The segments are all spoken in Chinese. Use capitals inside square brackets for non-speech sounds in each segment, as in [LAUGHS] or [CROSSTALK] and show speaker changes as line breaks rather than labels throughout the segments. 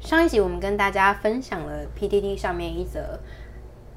上一集我们跟大家分享了 PDD 上面一则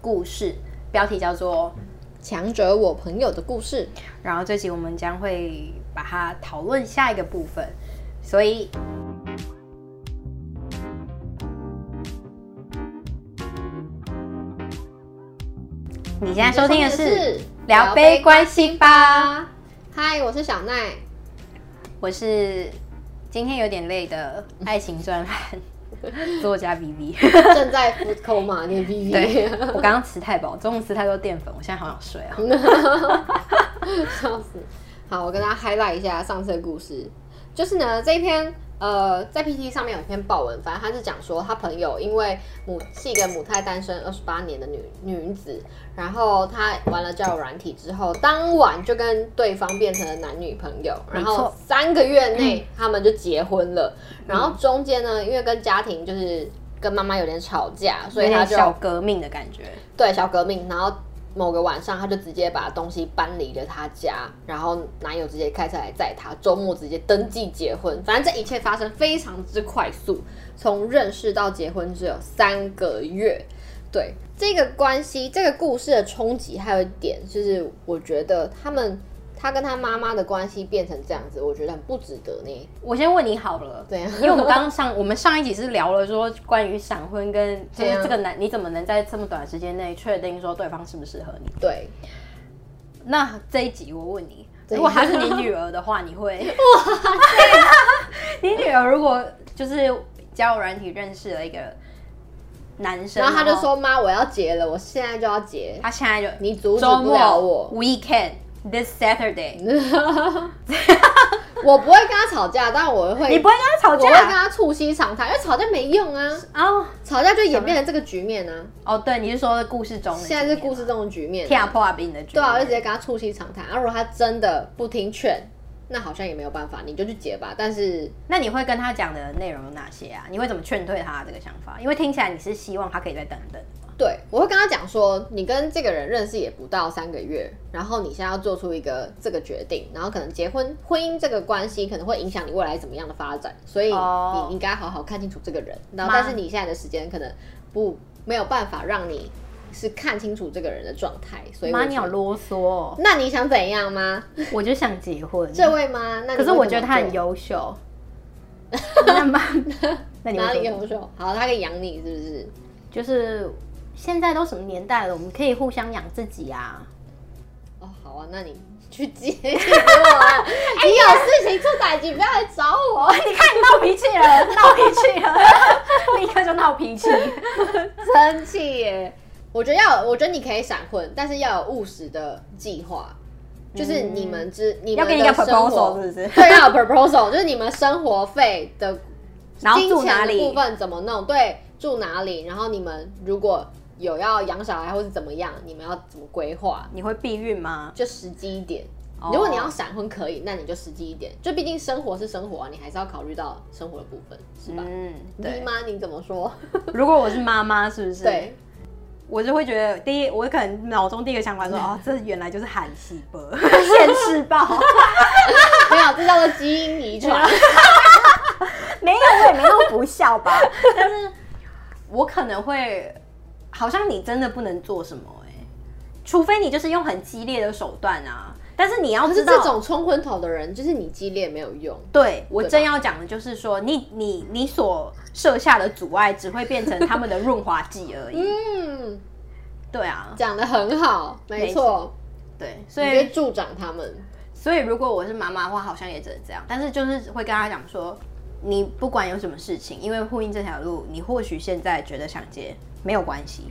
故事，标题叫做
强者我朋友的故事，
“然后这集我们将会把它讨论下一个部分”，所以你现在收听的
你
是
收听的
《聊杯关系吧》，
嗨，我是小奈，
我是今天有点累的爱情专栏作家 VV。
正在 food coma 念 B B，
对， [LAUGHS] 我刚刚吃太饱，中午吃太多淀粉，我现在好想睡 [LAUGHS] 啊。
笑死。好，我跟大家 highlight 一下上次的故事，就是呢这一篇。呃，在 PT 上面有一篇报文，反正他是讲说他朋友因为母是一个母胎单身二十八年的女女子，然后她玩了交友软体之后，当晚就跟对方变成了男女朋友，
没
然
错嗯
后三个月内他们就结婚了，然后中间呢，因为跟家庭就是跟妈妈有点吵架，所
有
以他
点
就
小革命的感觉，
对小革命，然后某个晚上，她就直接把东西搬离了她家，然后男友直接开车来载她，周末直接登记结婚。反正这一切发生非常之快速，从认识到结婚只有三个月。对这个关系，这个故事的冲击，还有一点就是，我觉得他们他跟他妈妈的关系变成这样子，我觉得很不值得呢。
我先问你好了，
对啊
因为我们刚刚上我们上一集是聊了说关于闪婚跟就
对啊
是这个男，你怎么能在这么短的时间内确定说对方适不适合你？
对，
那这一集我问你，
对
如果她是你女儿的话，你会 [LAUGHS] 哇？你女儿如果就是交友软体认识了一个男生，
然后他就说：“妈，我要结了，我现在就要结。
他现在就
你阻止
周
不
末
了我。”
weekend this Saturday，
我不会跟他吵架，但我会，
你不会跟他吵
我会跟
架
他促膝长谈，因为吵架没用啊，
哦
吵架就演变成这个局面啊。
哦，对，你是说故事中的
现在是故
事
事中的局面、
跳破冰的剧，
对啊，我就直接跟他促膝长谈。啊，如果他真的不听劝，那好像也没有办法，你就去结吧。但是
那你会跟他讲的内容有哪些啊？你会怎么劝退他这个想法？因为听起来你是希望他可以再等等的嘛。
对，我会跟他讲说，你跟这个人认识也不到三个月，然后你现在要做出一个这个决定，然后可能结婚、婚姻这个关系可能会影响你未来怎么样的发展，所以
哦
你应该好好看清楚这个人。然后，
妈
但是你现在的时间可能不没有办法让你是看清楚这个人的状态，所以我
妈，
觉
你好
得
啰嗦、哦，
那你想怎样吗？
我就想结婚。
这位吗？那你
可是
会
我
怎
觉得
么
他
做
很优 [LAUGHS] 秀。那妈，那你
哪
会
里
说
优秀？好，他可以养你是不是？
就是现在都什么年代了，我们可以互相养自己啊。
哦，好啊，那你去接
[LAUGHS]
给我啊！
哎
你有事情出打击，不要来找
[LAUGHS]
我。
你看你闹脾气 [LAUGHS] 了，闹脾气了，立刻就闹脾气。
生气耶！我觉得要有，我觉得你可以闪婚，但是要有务实的计划，就是你们之、你
嗯要
们
给 [LAUGHS] 你一个
的生
proposal
活，
是不是？
对，要有 proposal，就是你们生活费的
[LAUGHS] 然后
金
住
钱
哪
的部
里？
分怎么弄，对，住哪里，然后你们如果有要养小孩或是怎么样，你们要怎么规划，
你会避孕吗？
就实际一点。
哦
如果你要闪婚可以，那你就实际一点，就毕竟生活是生活啊，你还是要考虑到生活的部分，是吧？
嗯，
你
对。
妈你怎么说？
如果我是妈妈，是不是？
对，
我就会觉得，第一，我可能脑中第一个想法说，哦，这原来就是韩系 [LAUGHS] 波，现世报。
[LAUGHS] 没有，这叫做基因遗传。
[LAUGHS] 没有，我也没那么不孝吧。但是，我可能会，好像你真的不能做什么哎、除非你就是用很激烈的手段啊。但是你要
可
知
是
道，
这种冲昏头的人，就是你激烈没有用。
对我
对吧
正要讲的就是说，你你你所设下的阻碍只会变成他们的润滑剂而已。
嗯，
对啊，
讲的很好，没错，
对，所
你可以
以
助长他们。
所以如果我是妈妈的话，好像也只能这样。但是就是会跟他讲说，你不管有什么事情，因为婚姻这条路，你或许现在觉得想结没有关系，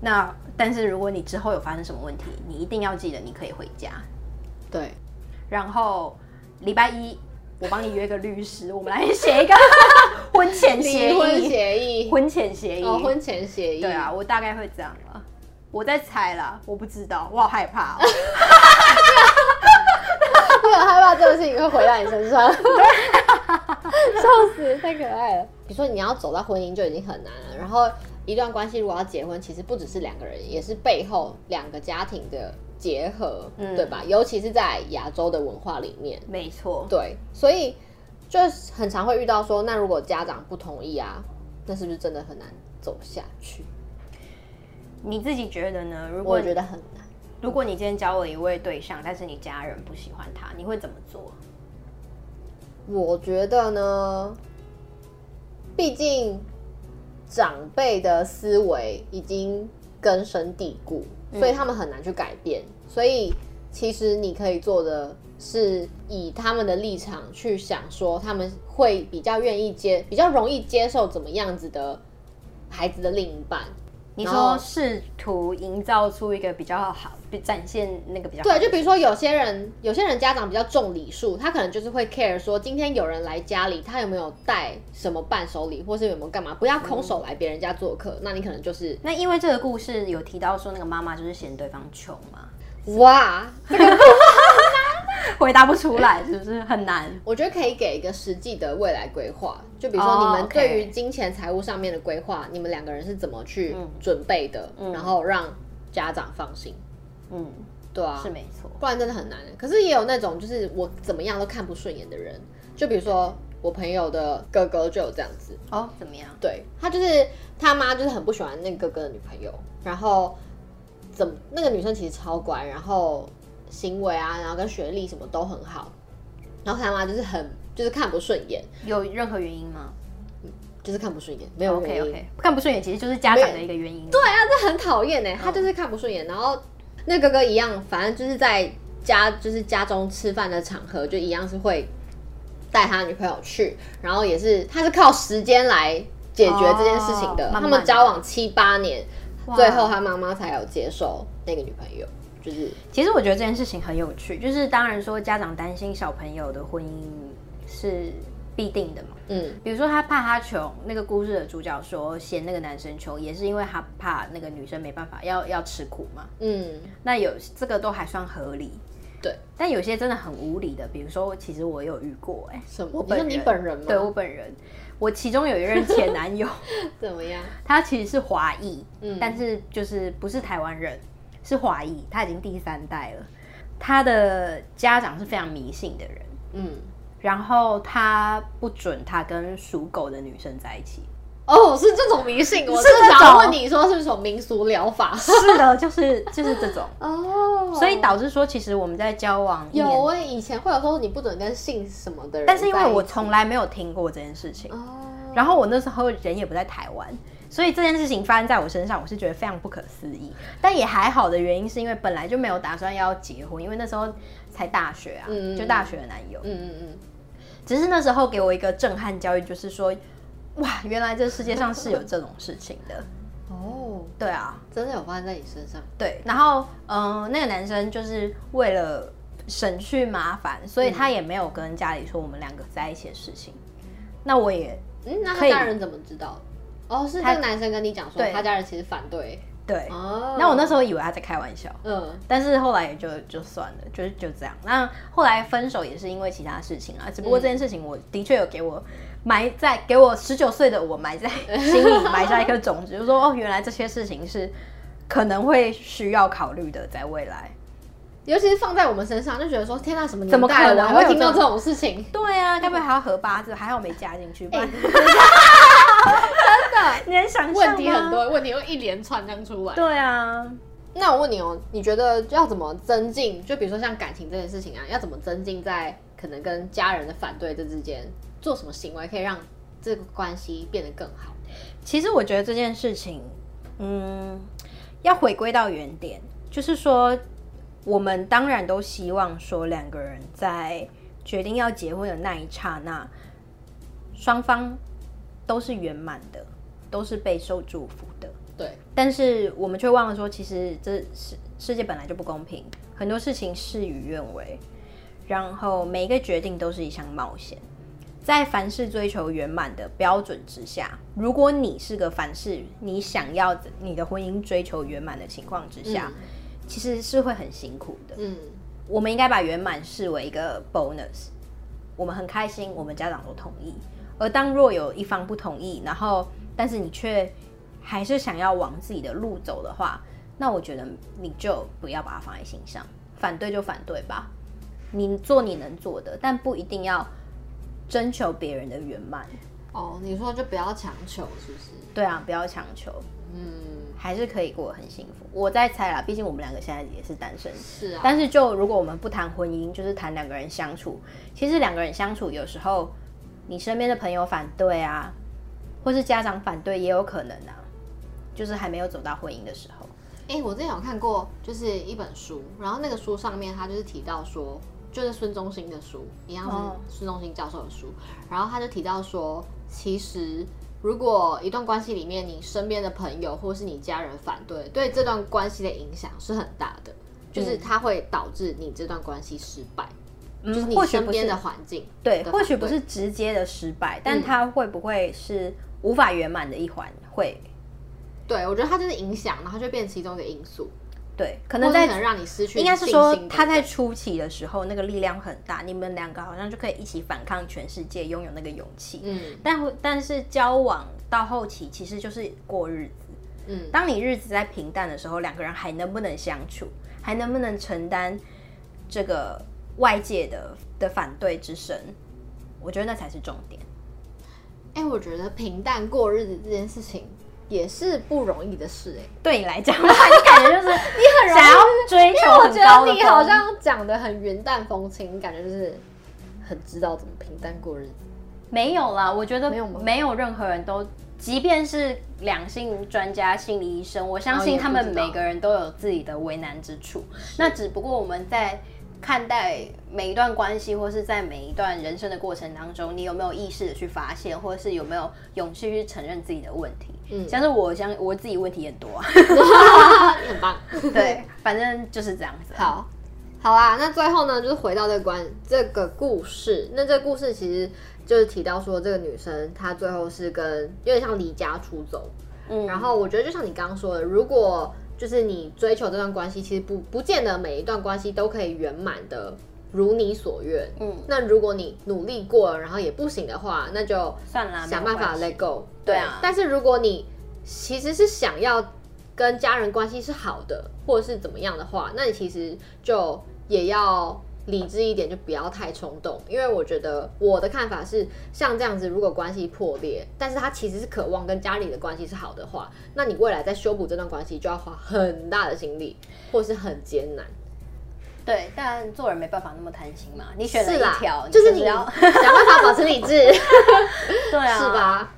那但是如果你之后有发生什么问题，你一定要记得你可以回家。
对，
然后礼拜一我帮你约个律师，我们来写一个婚前协
离婚
议。
协议，
哦婚前协议，
哦，婚前协议，
对啊，，我大概会这样吧。我在猜啦，我不知道，我好害怕、 [LAUGHS] 哦。
我很害怕这个事情会回到你身 [LAUGHS] 上，笑死，太可爱了。比如说你要走到婚姻就已经很难了，然后一段关系如果要结婚，其实不只是两个人，也是背后两个家庭的结合，
嗯
对吧？尤其是在亚洲的文化里面，
没错，
对，所以就是很常会遇到说，那如果家长不同意啊，那是不是真的很难走下去？
你自己觉得呢？如
我
果
觉得很难。
如果你今天交了一位对象，但是你家人不喜欢他，你会怎么做？
我觉得呢，毕竟长辈的思维已经根深蒂固，所以他们很难去改变。所以其实你可以做的是以他们的立场去想，说他们会比较愿意接，比较容易接受怎么样子的孩子的另一半。
你
然后
说试图营造出一个比较好，比展现那个比较好
对，就比如说有些人，有些人家长比较重礼数，他可能就是会 care 说，今天有人来家里，他有没有带什么伴手礼，或是有没有干嘛，不要空手来别人家做客。那你可能就是
那因为这个故事有提到说那个妈妈就是嫌对方穷嘛， [LAUGHS]
哇，
回答不出来是不是很难？
我觉得可以给一个实际的未来规划，就比如
哦
说你们
OK
对于金钱财务上面的规划，你们两个人是怎么去准备的，然后让家长放心。
嗯，
对啊，
是没错。
不然真的很难。欸可是也有那种就是我怎么样都看不顺眼的人，就比如说我朋友的哥哥就有这样子。
哦，怎么样？
对他就是他妈就是很不喜欢那个哥哥的女朋友，然后怎么那个女生其实超乖，然后行为啊，然后跟学历什么都很好，然后他妈就是很就是看不顺眼，
有任何原因吗
就是看不顺眼，没有原因。
？OK OK，看不顺眼其实就是家长的一个原因。对，
对啊，这很讨厌呢。他就是看不顺眼，然后那哥哥一样，反正就是在家就是家中吃饭的场合，就一样是会带他女朋友去，然后也是他是靠时间来解决这件事情的。
哦慢慢
他
地
们交往七八年，最后他妈妈才有接受那个女朋友，就是
其实我觉得这件事情很有趣，就是当然说家长担心小朋友的婚姻是必定的嘛。
嗯
比如说他怕他穷，那个故事的主角说嫌那个男生穷，也是因为他怕那个女生没办法要要吃苦嘛。
嗯，
那有这个都还算合理，
对。
但有些真的很无理的，比如说，其实我有遇过、哎，
什么
我
你
本
说
人
你本人吗
对我本人，我其中有一任前男
[LAUGHS]
友，
怎么样？
他其实是华裔，
嗯
但是就是不是台湾人，是华裔，他已经第三代了。他的家长是非常迷信的人，
嗯，
然后他不准他跟属狗的女生在一起。
哦，是这种迷信，我
是
正
这
想
种
问你说是不是什么民俗疗法？
是的，就是就是这种，
哦，
[LAUGHS] 所以导致说，其实我们在交往一
有
年，
我以前会有说你不准跟姓什么的人在
但
一起，
是因为我从来没有听过这件事情，
哦，
然后我那时候人也不在台湾，所以这件事情发生在我身上，我是觉得非常不可思议。但也还好的原因是因为本来就没有打算要结婚，因为那时候才大学啊，
嗯
就大学的男友。
嗯嗯嗯，
只是那时候给我一个震撼教育，就是说，哇，原来这世界上是有这种事情的。
哦，
对啊，
真的有发生在你身上，
对，然后嗯、呃那个男生就是为了省去麻烦，所以他也没有跟家里说我们两个在一起的事情。那我也
嗯，那
可
他
以
家人怎么知道？哦，是这个男生跟你讲说
对
他家人其实反对，
对，
哦，
那我那时候以为他在开玩笑，
嗯
但是后来也就就算了，就是就这样。那后来分手也是因为其他事情啊，只不过这件事情我的确有给我埋在给我十九岁的我埋在心里埋下一颗种子，就说哦，原来这些事情是可能会需要考虑的，在未来。
尤其是放在我们身上，就觉得说天哪，什么
怎么
年代
可
了
能
还
会
会
有
听到
这
这
种
种事
[LAUGHS]
情？
对啊，该不会还要合八字？还好没加进去，不 [LAUGHS] 然
哎真
你能想象吗
的问题很。多，问题会一连串这样出来。
对啊，
那我问你哦，你觉得要怎么增进？就比如说像感情这件事情啊，要怎么增进在可能跟家人的反对这之间，做什么行为可以让这个关系变得更好？
其实我觉得这件事情，嗯，要回归到原点，就是说，我们当然都希望说两个人在决定要结婚的那一刹那，双方都是圆满的，都是备受祝福的。
对，
但是我们却忘了说，其实这世世界本来就不公平，很多事情事与愿违，然后每一个决定都是一项冒险。在凡事追求圆满的标准之下，如果你是个凡事你想要你的婚姻追求圆满的情况之下，其实是会很辛苦的。
嗯，
我们应该把圆满视为一个 bonus，我们很开心，我们家长都同意。而当若有一方不同意，然后但是你却还是想要往自己的路走的话，那我觉得你就不要把它放在心上，反对就反对吧，你做你能做的，但不一定要征求别人的圆满。
哦，你说就不要强求，是不是？
对啊，不要强求，
嗯，
还是可以过得很幸福。我在猜啦，毕竟我们两个现在也是单身。
是啊，
但是就如果我们不谈婚姻，就是谈两个人相处，其实两个人相处有时候你身边的朋友反对啊，或是家长反对也有可能啊，就是还没有走到婚姻的时候。
哎、我之前有看过，就是一本书，然后那个书上面他就是提到说，就是孙中兴的书，一样
哦
是孙中兴教授的书，然后他就提到说，其实如果一段关系里面你身边的朋友或是你家人反对，对这段关系的影响是很大的，就是它会导致你这段关系失败，就是
嗯嗯，
你
或许
身
不
边
是
的环境
对，
的
或
反
许不
对嗯
是直接的失败，但它会不会是无法圆满的一环？会，
对我觉得它就是影响，然后就变成其中一个因素，
对，可
可
能
能可能
在
让你失去
应该是
信
说
心等
他在
等
初期的时候那个力量很大，你们两个好像就可以一起反抗全世界，拥有那个勇气。
嗯
但会但是交往到后期其实就是过日子。
嗯
当你日子在平淡的时候，两个人还能不能相处，还能不能承担这个外界的的反对之声？我觉得那才是重点。
哎、我觉得平淡过日子这件事情也是不容易的事哎、
对你来讲，你感觉就是你
很容易
想要追
因
求
为我
很
觉
高
得
的
你好
风
像讲的很云淡风轻，感觉就是很知道怎么平淡过日子。
没有啦，我觉得
没
没
有
有
吗
任何人都，即便是两性专家、心理医生，我相
哦也
信
不
他们
知道
每个人都有自己的为难之处。那只不过我们在看待每一段关系，或是在每一段人生的过程当中，你有没有意识的去发现，或是有没有勇气去承认自己的问题？
嗯
嗯，像是我像我自己问题也很多、啊，
[LAUGHS] 你很棒， [LAUGHS]
对， [LAUGHS] 反正就是这样子啊。
好，好啦，那最后呢，就是回到这个关这个故事。那这个故事其实就是提到说，这个女生她最后是跟有点像离家出走。
嗯，
然后我觉得就像你刚刚说的，如果就是你追求这段关系，其实不不见得每一段关系都可以圆满的如你所愿。
嗯，
那如果你努力过了，然后也不行的话，那就
算了啦，
想
没有
办法
关系
let go。
对啊
但是如果你其实是想要跟家人关系是好的，或者是怎么样的话，那你其实就也要理智一点，就不要太冲动。因为我觉得我的看法是，像这样子，如果关系破裂，但是他其实是渴望跟家里的关系是好的话，那你未来在修补这段关系就要花很大的心力，或是很艰难。
对，但做人没办法那么贪心嘛。你选了
是啦
一条，，
就是
你
你
就要
[LAUGHS] 想办法保持理 [LAUGHS] 智，
对啊，
是？吧？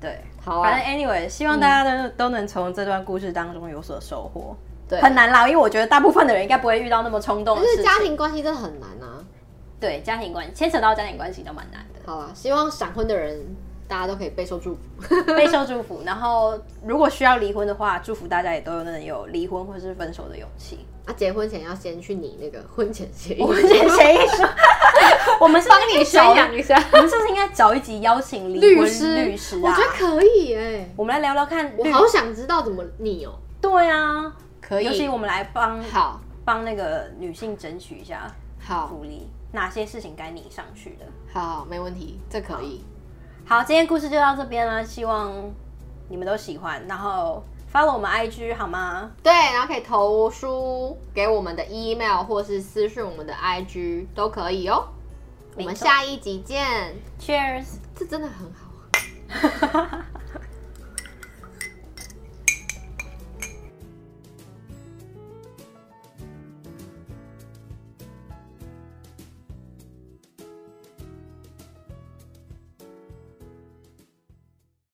对，
好
反
啊嗯
正，anyway，希望大家都、都能从这段故事当中有所收获。
对
很难啦，因为我觉得大部分的人应该不会遇到那么冲动
可
的事
是
情。
家庭关系真的很难啊。
对家庭关系牵扯到家庭关系都蛮难
[LAUGHS]
的，
好啊，希望闪婚的人大家都可以备受祝福。
备受祝福。然后如果需要离婚的话，祝福大家也都能有离婚或是分手的勇气。
[LAUGHS] 啊，结婚前要先去拟那个婚前协议，
我们这谁说？
[LAUGHS]
我们是帮
帮你宣扬一下
我们是不是应该找一集邀请离
啊 [LAUGHS] 律
婚
师，
律师
我
啊
觉？得可以哎、
我们来聊聊看
我
律。
好想知道怎么拟哦、
对啊，
可
尤其我们来帮
好
帮那个女性争取一下
好
福利，哪些事情该你上去的。
好，没问题，这可以。
好，今天故事就到这边了，希望你们都喜欢，然后 follow 我们 IG 好吗？
对，然后可以投书给我们的 email 或是私讯我们的 IG 都可以哦、我们
没错
下一集见，
Cheers！ [LAUGHS]
这真的很好。